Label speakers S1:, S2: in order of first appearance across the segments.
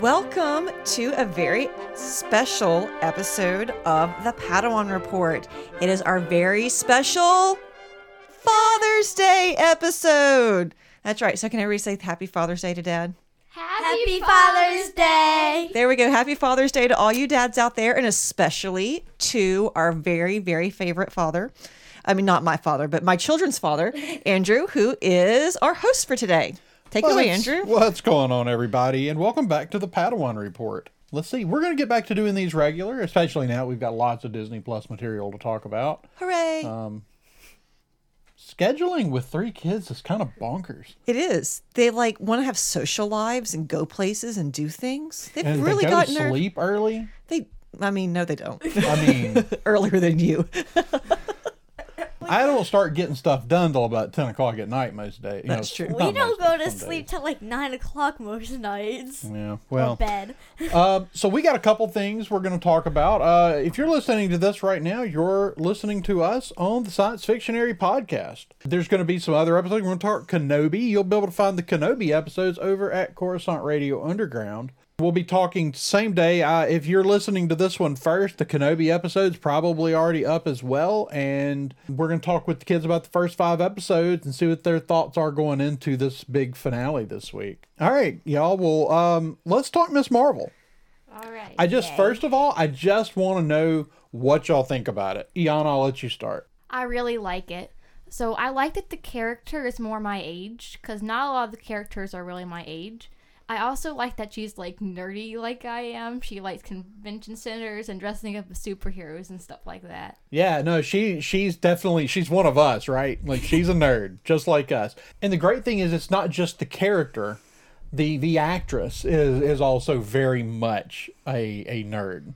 S1: Welcome to a very special episode of the Padawan Report. It is our very special Father's Day episode. That's right. So, can everybody say Happy Father's Day to Dad?
S2: Happy Father's Day!
S1: There we go. Happy Father's Day to all you dads out there, and especially to our very, very favorite father. I mean, not my father, but my children's father, Andrew, who is our host for today. Take it away,
S3: What's-
S1: Andrew.
S3: What's going on, everybody? And welcome back to the Padawan Report. Let's see, we're going to get back to doing these regular, especially now we've got lots of Disney Plus material to talk about.
S1: Hooray.
S3: Scheduling with three kids is kind of bonkers.
S1: It is. They like want to have social lives and go places and do things. They've
S3: And
S1: really
S3: they go to
S1: gotten their
S3: sleep early.
S1: they I mean, no they don't.
S3: I mean,
S1: Earlier than you.
S3: I don't start getting stuff done till about 10 o'clock at night most days. You
S1: That's
S3: know,
S1: true.
S2: We
S3: not
S2: don't
S3: most
S2: go to
S3: days, some
S2: sleep
S3: days.
S2: till like 9 o'clock most nights.
S3: Yeah,
S2: Or
S3: well,
S2: bed.
S3: Um, so we got a couple things we're going to talk about. Uh, if you're listening to this right now, you're listening to us on the Science Fictionary podcast. There's going to be some other episodes. We're going to talk Kenobi. You'll be able to find the Kenobi episodes over at Coruscant Radio Underground. We'll be talking same day. Uh, if you're listening to this one first, the Kenobi episode's probably already up as well. And we're going to talk with the kids about the first five episodes and see what their thoughts are going into this big finale this week. All right, y'all. Well, um, let's talk Miss Marvel.
S2: All right.
S3: I just first of all, I just want to know what y'all think about it. Iana, I'll let you start.
S4: I really like it. So I like that the character is more my age because not a lot of the characters are really my age. I also like that she's like nerdy like I am. She likes convention centers and dressing up as superheroes and stuff like that.
S3: Yeah, no, she she's definitely she's one of us, right? Like she's a nerd, just like us. And the great thing is, it's not just the character. the The actress is is also very much a a nerd.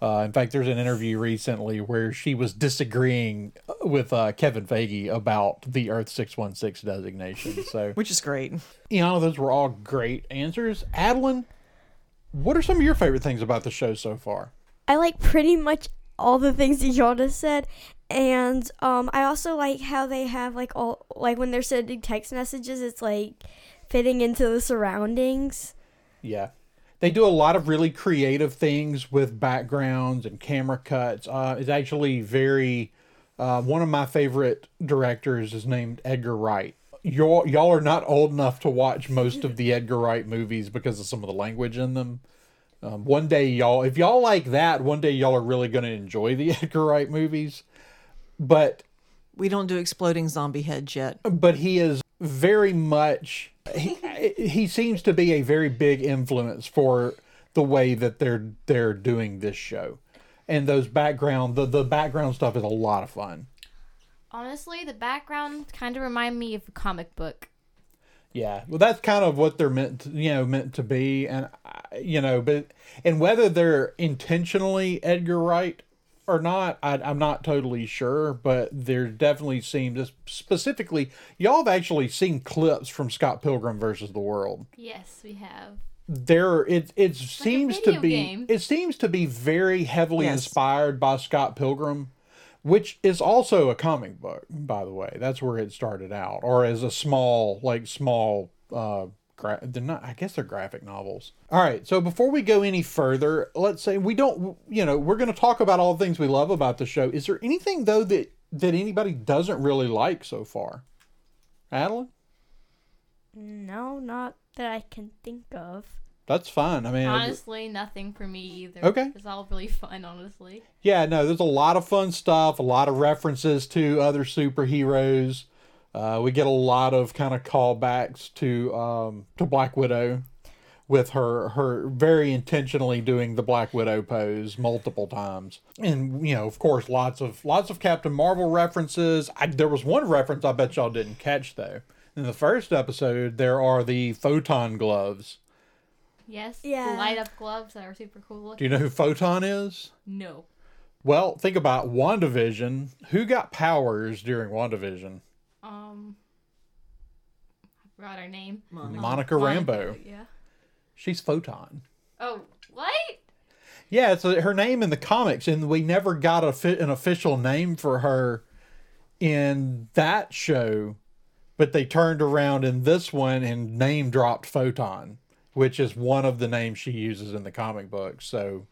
S3: Uh, in fact, there's an interview recently where she was disagreeing with uh, Kevin Feige about the Earth 616 designation. So
S1: Which is great.
S3: Iana, those were all great answers. Adeline, what are some of your favorite things about the show so far?
S2: I like pretty much all the things that y'all just said. And um, I also like how they have like all, like when they're sending text messages, it's like fitting into the surroundings.
S3: Yeah. They do a lot of really creative things with backgrounds and camera cuts. Uh, it's actually very, uh, one of my favorite directors is named Edgar Wright. Y'all, y'all are not old enough to watch most of the Edgar Wright movies because of some of the language in them. Um, one day, y'all, if y'all like that, one day y'all are really going to enjoy the Edgar Wright movies. But
S1: We don't do exploding zombie heads yet.
S3: but he is very much he, he seems to be a very big influence for the way that they're they're doing this show and those background the, the background stuff is a lot of fun
S4: Honestly, the background kind of remind me of a comic book.
S3: yeah well that's kind of what they're meant to, you know meant to be and I- you know but and whether they're intentionally edgar wright or not I, i'm not totally sure but there definitely seems specifically y'all have actually seen clips from scott pilgrim versus the world
S4: Yes, we have.
S3: there it it seems to
S4: video
S3: be
S4: game.
S3: it seems to be very heavily
S1: Yes.
S3: inspired by Scott Pilgrim, which is also a comic book, by the way. That's where it started out, or as a small like small uh gra- they're not I guess they're graphic novels. All right, so before we go any further, let's say we don't you know we're going to talk about all the things we love about the show. Is there anything though that that anybody doesn't really like so far, Adeline?
S2: No, not that I can think of.
S3: That's fine. I mean,
S4: Honestly, nothing for me either.
S3: Okay.
S4: It's all really fun, honestly.
S3: Yeah, no, there's a lot of fun stuff, a lot of references to other superheroes. Uh, we get a lot of kind of callbacks to um, to Black Widow with her her very intentionally doing the Black Widow pose multiple times. And you know, of course, lots of lots of Captain Marvel references. I, there was one reference I bet y'all didn't catch though. In the first episode, there are the photon gloves.
S4: Yes.
S2: Yeah.
S4: The light up gloves that are super cool.
S3: Do you know who Photon is?
S4: no.
S3: Well, think about WandaVision. Who got powers during WandaVision?
S4: Um. I forgot her name.
S3: Monica Rambo.
S4: Yeah.
S3: She's Photon.
S4: Oh, what?
S3: Yeah, so her name in the comics, and we never got a fi- an official name for her in that show, but they turned around in this one and name dropped Photon. which is one of the names she uses in the comic book. So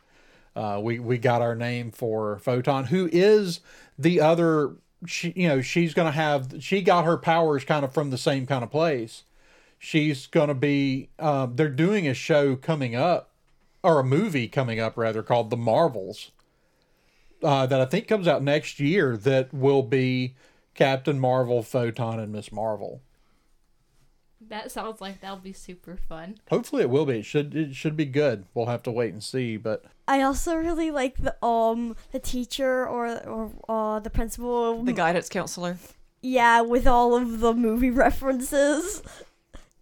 S3: uh, we we got our name for Photon, who is the other. She, you know, she's gonna have. She got her powers kind of from the same kind of place. She's gonna be. Uh, they're doing a show coming up, or a movie coming up rather, called The Marvels. Uh, that I think comes out next year. That will be Captain Marvel, Photon, and Miss Marvel.
S4: That sounds like that'll be super fun.
S3: Hopefully, it will be. It should it should be good. We'll have to wait and see. But
S2: I also really like the um the teacher or or uh, the principal.
S1: The guidance counselor.
S2: yeah, with all of the movie references,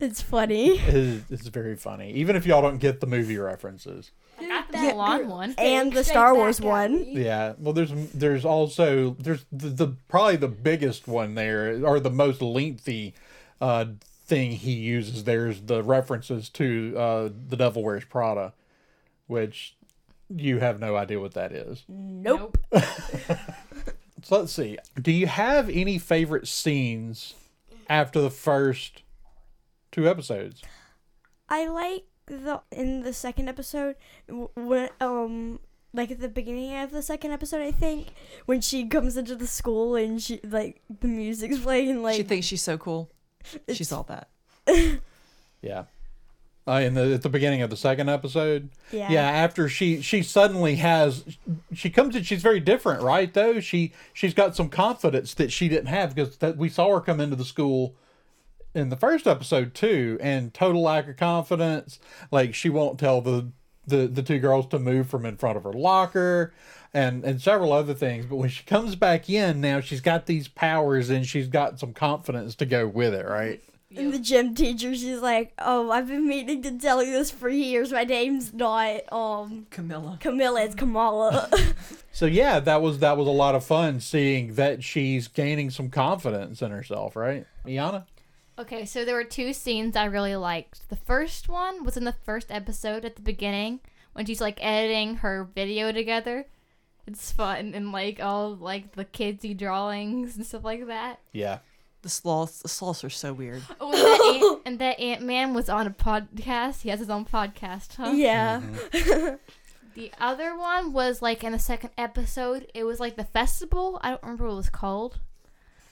S2: it's funny.
S3: it is, it's very funny, even if y'all don't get the movie references.
S4: Not the Milan one.
S2: And the Star Wars one.
S3: Yeah. Well, there's there's also there's the, the probably the biggest one there or the most lengthy uh, thing he uses there is the references to uh, the Devil Wears Prada, which you have no idea what that is.
S4: Nope.
S3: So let's see. Do you have any favorite scenes after the first two episodes?
S2: I like the in the second episode wh- when um like at the beginning of the second episode I think when she comes into the school and she like the music's playing and, like
S1: she thinks she's so cool. She saw that.
S3: Yeah. Uh, in the at the beginning of the second episode.
S2: Yeah.
S3: Yeah. After she she suddenly has she comes in. She's very different, right? Though she she's got some confidence that she didn't have because that we saw her come into the school in the first episode too, and total lack of confidence. Like she won't tell the the the two girls to move from in front of her locker. And, and several other things, but when she comes back in now, she's got these powers and she's got some confidence to go with it, right?
S2: and the gym teacher she's like oh I've been meaning to tell you this for years my name's not um
S1: Camilla.
S2: Camilla it's Kamala
S3: So yeah, that was that was a lot of fun seeing that she's gaining some confidence in herself, right? Iana?
S4: Okay, so there were two scenes I really liked. The first one was in the first episode at the beginning when she's like editing her video together. It's fun and like all like the kidsy drawings and stuff like that.
S3: Yeah.
S1: The sloths. The sloths are so weird.
S4: Oh, and that, Ant- and that Ant Man was on a podcast. He has his own podcast, huh?
S2: yeah
S4: The other one was like in the second episode. It was like the festival. I don't remember what it was called,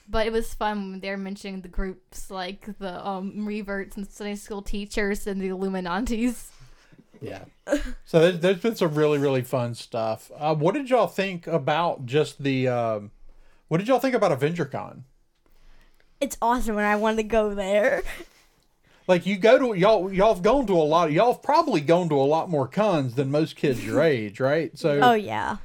S4: but it was fun when they were mentioning the groups like the um, reverts and Sunday school teachers and the Illuminati's.
S3: Yeah. So there's, there's been some really really fun stuff. Uh, what did y'all think about just the? Um, what did y'all think about AvengerCon?
S2: it's awesome and I want to go there
S3: Like you go to y'all y'all have gone to a lot y'all have probably gone to a lot more cons than most kids your age, right? So
S2: oh yeah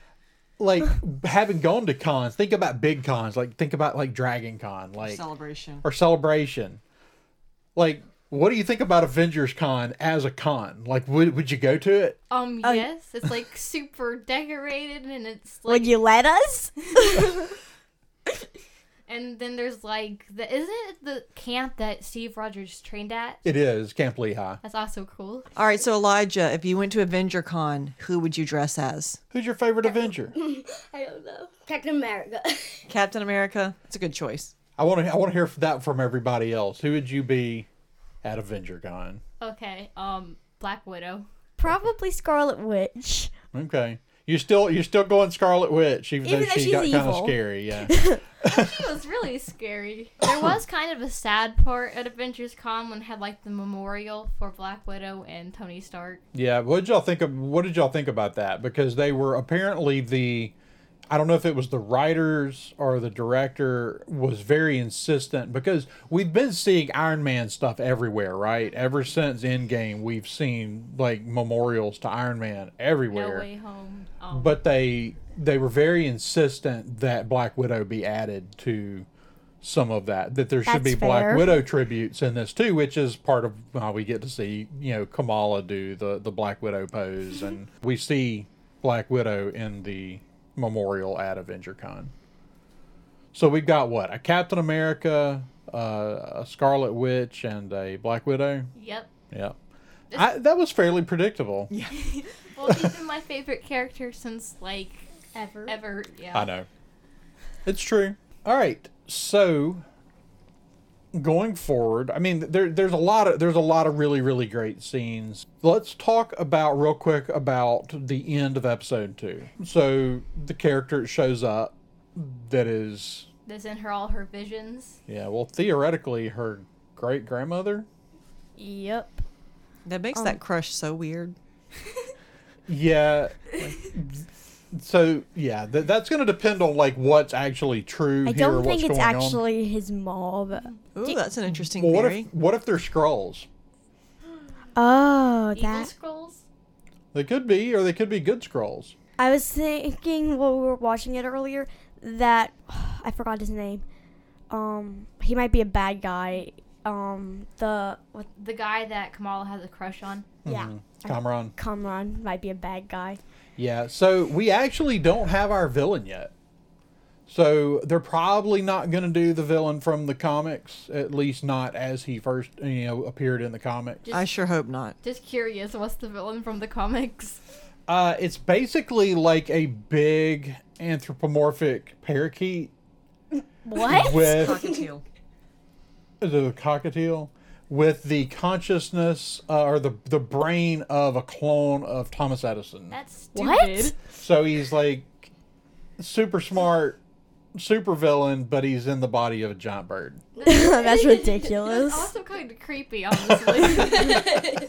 S3: like having gone to cons, think about big cons, like think about like Dragon Con, like
S1: Celebration.
S3: or celebration. Like, what do you think about Avengers Con as a con? Like, would would you go to it?
S4: Um,
S2: Oh, yeah.
S4: yes, it's like super decorated and it's like,
S2: would you let us
S4: and then there's like the isn't it the camp that Steve Rogers trained at?
S3: It is Camp Lehigh.
S4: That's also cool.
S1: All right, so Elijah, if you went to AvengerCon, who would you dress as?
S3: Who's your favorite Avenger?
S5: I don't know. Captain America.
S1: Captain America. It's a good choice.
S3: I want to I want to hear that from everybody else. Who would you be at Avenger Con?
S4: Okay, um, Black Widow.
S2: probably Scarlet Witch
S3: Okay, you still you're still going Scarlet Witch, even,
S2: Even
S3: though
S2: though
S3: she
S2: she's
S3: got kind of
S2: evil.
S3: scary. Yeah,
S4: It was really scary. There was kind of a sad part at Avengers Con when it had like the memorial for Black Widow and Tony Stark.
S3: yeah. What did y'all think of What did y'all think about that? Because they were apparently the I don't know if it was the writers or the director was very insistent because we've been seeing Iron Man stuff everywhere, right? Ever since Endgame, we've seen like memorials to Iron Man
S4: No
S3: everywhere.
S4: Way Home. Um,
S3: but they they were very insistent that Black Widow be added to some of that that there should be
S2: That's
S3: Black
S2: fair.
S3: Widow tributes in this too, which is part of how we get to see you know Kamala do the the Black Widow pose, and we see Black Widow in the memorial at AvengerCon. So we've got what a Captain America, uh, a Scarlet Witch, and a Black Widow.
S4: yep.
S3: Yeah, I, that was fairly predictable.
S4: Well, she's been my favorite character since like
S5: Ever.
S4: ever. Yeah.
S3: I know. It's true. All right. So going forward, I mean, there there's a lot of there's a lot of really really great scenes. Let's talk about real quick about the end of episode two. So the character shows up that is
S4: That's in her all her visions.
S3: yeah well theoretically her great grandmother.
S2: Yep.
S1: That makes that crush so weird.
S3: Yeah. so yeah, th- that's going to depend on like what's actually true
S2: I
S3: here.
S2: don't
S3: what's
S2: think it's
S3: going on.
S2: actually his mob.
S1: Ooh, that's an interesting
S3: Well, what
S1: theory.
S3: if what if they're scrolls?
S2: Oh,
S4: Evil
S2: that.
S4: scrolls.
S3: They could be, or they could be good scrolls.
S2: I was thinking while we were watching it earlier that I forgot his name. Um, he might be a bad guy. Um, the what?
S4: The guy that Kamala has a crush on.
S2: Yeah,
S3: Mm-hmm. Kamran.
S2: Kamran might be a bad guy.
S3: Yeah. So we actually don't have our villain yet. So they're probably not going to do the villain from the comics, at least not as he first you know appeared in the comics.
S1: I sure hope not.
S4: Just curious, what's the villain from the comics?
S3: Uh, it's basically like a big anthropomorphic parakeet
S4: What?
S3: with the cockatiel with the consciousness uh, or the the brain of a clone of Thomas Edison.
S4: That's stupid.
S2: What?
S3: so he's like super smart, super villain, but he's in the body of a giant bird.
S2: That's ridiculous.
S4: Also kind of creepy, honestly.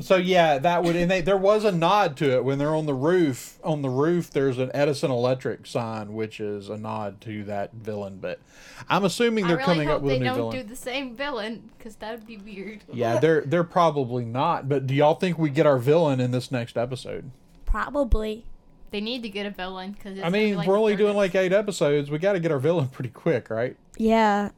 S3: So yeah, that would and they, there was a nod to it when they're on the roof. On the roof, there's an Edison Electric sign, which is a nod to that villain. But I'm assuming
S4: I
S3: they're
S4: really
S3: coming
S4: hope
S3: up with
S4: they
S3: a new
S4: don't
S3: villain.
S4: do the same villain, because that would be weird.
S3: yeah, they're they're probably not. But do y'all think we get our villain in this next episode?
S2: Probably.
S4: They need to get a villain, because
S3: I mean, we're only doing like eight episodes. We got to get our villain pretty quick, right?
S2: Yeah.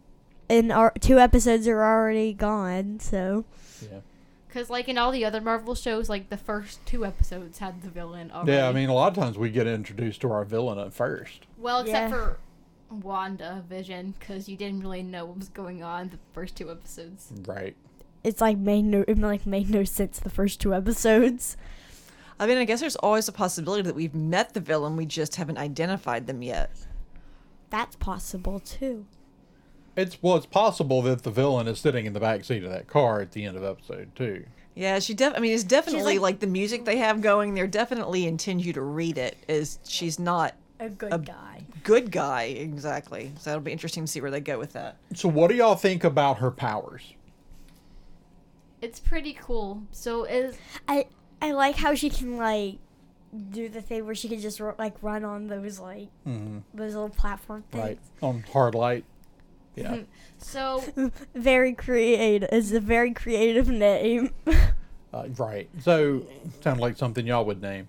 S2: And our two episodes are already gone, so
S3: Yeah.
S4: Because like in all the other Marvel shows, like the first two episodes had the villain already.
S3: Yeah, I mean, a lot of times we get introduced to our villain at first.
S4: Well, except
S2: Yeah.
S4: for Wanda Vision, because you didn't really know what was going on the first two episodes.
S3: Right.
S2: it's like made no it like made no sense the first two episodes.
S1: I mean, I guess there's always a possibility that we've met the villain, we just haven't identified them yet.
S2: That's possible too.
S3: It's well, it's possible that the villain is sitting in the back seat of that car at the end of episode two.
S1: Yeah, she def I mean, it's definitely
S2: like-
S1: like, the music they have going, they're definitely intend you to read it is she's not
S2: A good
S1: A-
S2: guy.
S1: good guy exactly. So it'll be interesting to see where they go with that.
S3: So, what do y'all think about her powers?
S4: It's pretty cool. So is
S2: I I like how she can like do the thing where she can just ru- like run on those like those little platform
S3: Right
S2: things.
S3: on hard light. Yeah.
S4: so
S2: Very creative. It's a very creative name.
S3: Uh, right. So, sound like something y'all would name.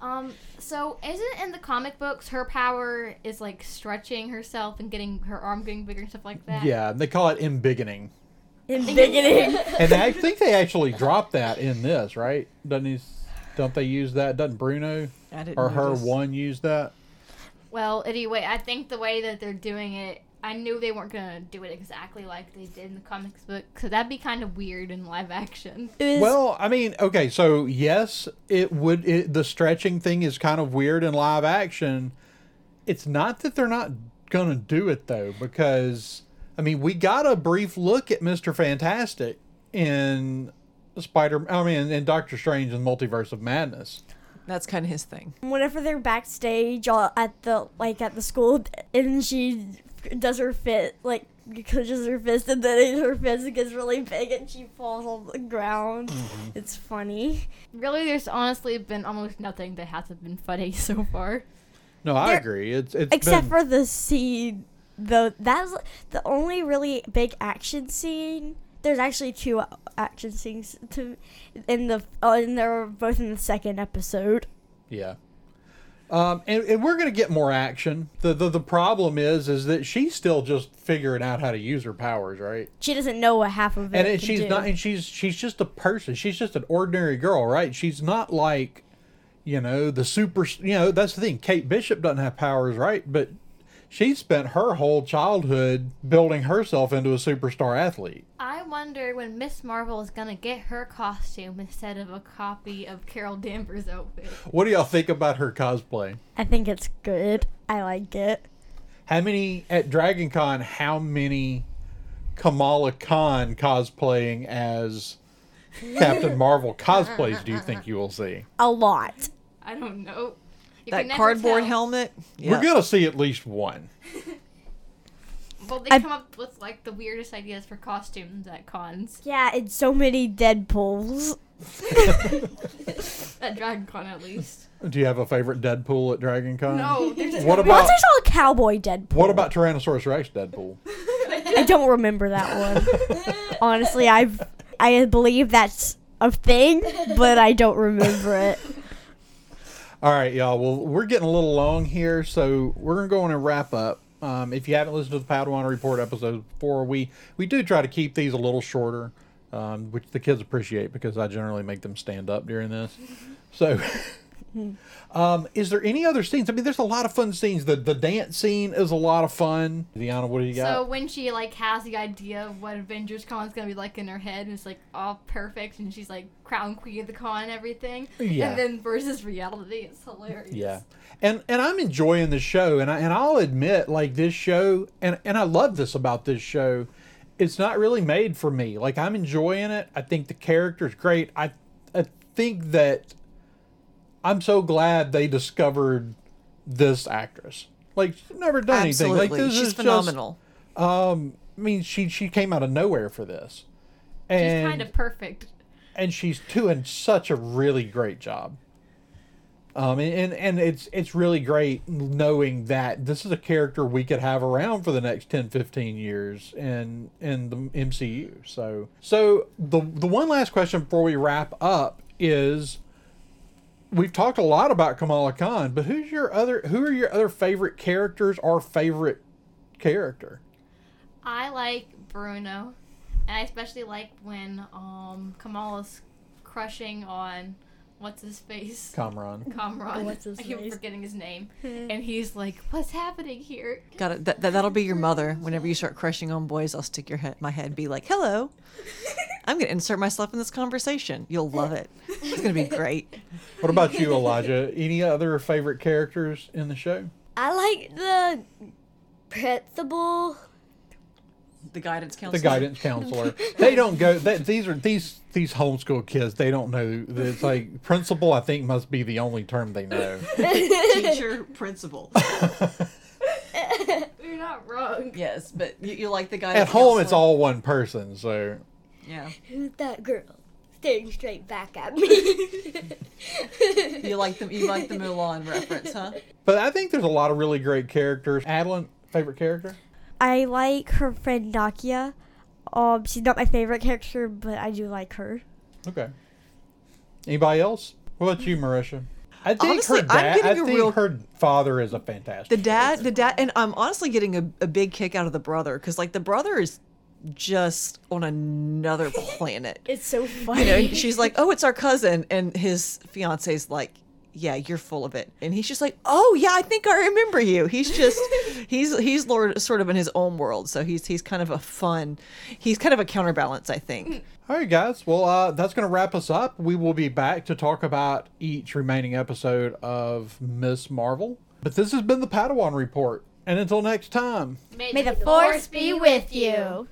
S4: um so isn't in the comic books her power is like stretching herself and getting her arm getting bigger and stuff like that.
S3: Yeah, and they call it embiggening.
S2: In beginning.
S3: And I think they actually dropped that in this, right? Doesn't he, don't they use that? Doesn't Bruno
S1: I didn't
S3: or her
S1: notice.
S3: one use that?
S4: Well, anyway, I think the way that they're doing it, I knew they weren't gonna do it exactly like they did in the comics book, because that'd be kind of weird in live action.
S2: It was,
S3: Well, I mean, okay, so yes, it would. It, the stretching thing is kind of weird in live action. It's not that they're not gonna do it though, because I mean, we got a brief look at Mister Fantastic in Spider. I mean, in Doctor Strange and Multiverse of Madness.
S1: That's kind of his thing.
S2: whenever they're backstage all at the like at the school and she does her fit like clenches her fist and then her fist gets really big and she falls on the ground.
S3: Mm-hmm.
S2: It's funny.
S4: Really, there's honestly been almost nothing that hasn't been funny so far.
S3: No, I
S2: There-
S3: agree. It's it's
S2: except
S3: been-
S2: for the scene though that's the only really big action scene there's actually two a- action scenes to in the oh, and they're both in the second episode
S3: Yeah. Um, and, and we're gonna get more action. The, the the problem is is that she's still just figuring out how to use her powers, right?
S2: she doesn't know what half of it
S3: and, and
S2: can
S3: she's
S2: do.
S3: not and she's she's just a person she's just an ordinary girl right she's not like you know the super you know that's the thing kate bishop doesn't have powers right but she spent her whole childhood building herself into a superstar athlete
S4: I wonder when Miss Marvel is gonna get her costume instead of a copy of Carol Danvers' outfit.
S3: what do y'all think about her cosplay
S2: i think it's good i like it
S3: how many at dragon con how many Kamala Khan cosplaying as Captain Marvel cosplays do you think you will see?
S2: A lot.
S4: I don't know. You
S1: That
S4: can never
S1: cardboard
S4: tell.
S1: helmet. Yeah.
S3: We're gonna see at least one.
S4: Well, they
S2: I-
S4: come up with like the weirdest ideas for costumes at cons.
S2: Yeah, it's so many Deadpools.
S4: At Dragon Con, at least. Oh,
S3: Do you have a favorite Deadpool at Dragon Con?
S4: No, they're just
S3: What
S2: Well,
S3: about
S2: there's all cowboy Deadpool.
S3: what about Tyrannosaurus Rex Deadpool?
S2: I don't remember that one. Honestly, I I believe that's a thing, but I don't remember it.
S3: All right, y'all. Well, we're getting a little long here, so we're gonna go on and wrap up. Um, if you haven't listened to the Padawan Report episode before, we we do try to keep these a little shorter, um, which the kids appreciate because I generally make them stand up during this. So, um, is there any other scenes? I mean, there's a lot of fun scenes. The the dance scene is a lot of fun. Deanna, what do you got?
S4: So when she like has the idea of what Avengers Con is gonna be like in her head, and it's like all perfect, and she's like crown queen of the con and everything,
S3: Yeah.
S4: and then versus reality, it's hilarious.
S3: Yeah. And and I'm enjoying the show and I and I'll admit like this show and and I love this about this show. It's not really made for me. Like I'm enjoying it. I think the character's great. I I think that I'm so glad they discovered this actress. Like she's never done
S1: Absolutely.
S3: anything. Like this
S1: She's
S3: is
S1: phenomenal.
S3: Just, I mean, she she came out of nowhere for this.
S4: she's
S3: And
S4: kind of perfect.
S3: and she's doing such a really great job. Um, and, and and it's it's really great knowing that this is a character we could have around for the next 10, 15 years in in the MCU. So so the the one last question before we wrap up is we've talked a lot about Kamala Khan, but who's your other who are your other favorite characters or favorite character?
S4: I like Bruno, and I especially like when um Kamala's crushing on what's his face.
S3: Kamran.
S4: Kamran.
S2: What's his
S4: I keep
S2: face?
S4: forgetting his name. and he's like, What's happening here?
S1: Got it. That, that, that'll be your mother. Whenever you start crushing on boys, I'll stick your head, my head, and be like, "Hello, I'm going to insert myself in this conversation. You'll love it. It's going to be great."
S3: What about you, Elijah? Any other favorite characters in the show?
S5: I like the principal.
S1: The guidance counselor.
S3: the guidance counselor. They don't go. That, these are these these homeschool kids. They don't know. It's like principal. I think must be the only term they know.
S1: teacher principal.
S4: You're not wrong.
S1: Yes, but you, you like the guidance.
S3: At home, it's
S1: counselor.
S3: all one person. So
S1: yeah.
S5: Who's that girl? Staring straight back at me.
S1: You like the you like the Mulan reference, huh?
S3: but I think there's a lot of really great characters. Adeline, favorite character?
S2: I like her friend Nakia. Um, she's not my favorite character, but I do like her.
S3: Okay. Anybody else? What about you, Marisha? I think
S1: Honestly,
S3: her
S1: I'm
S3: dad. I
S1: getting a
S3: think
S1: real-
S3: her father is a fantastic.
S1: The dad, the dad, and I'm honestly getting a, a big kick out of the brother because like the brother is just on another planet.
S2: It's so
S1: you
S2: funny.
S1: know, and she's like, "Oh, it's our cousin," and his fiance's like, "Yeah, you're full of it," and he's just like, "Oh, yeah, I think I remember you." He's just he's he's Lord sort of in his own world, so he's he's kind of a fun, he's kind of a counterbalance, I think.
S3: All right, guys. Well, uh, that's going to wrap us up. We will be back to talk about each remaining episode of Miss Marvel. But this has been the Padawan Report. And until next time.
S2: May the force be with you.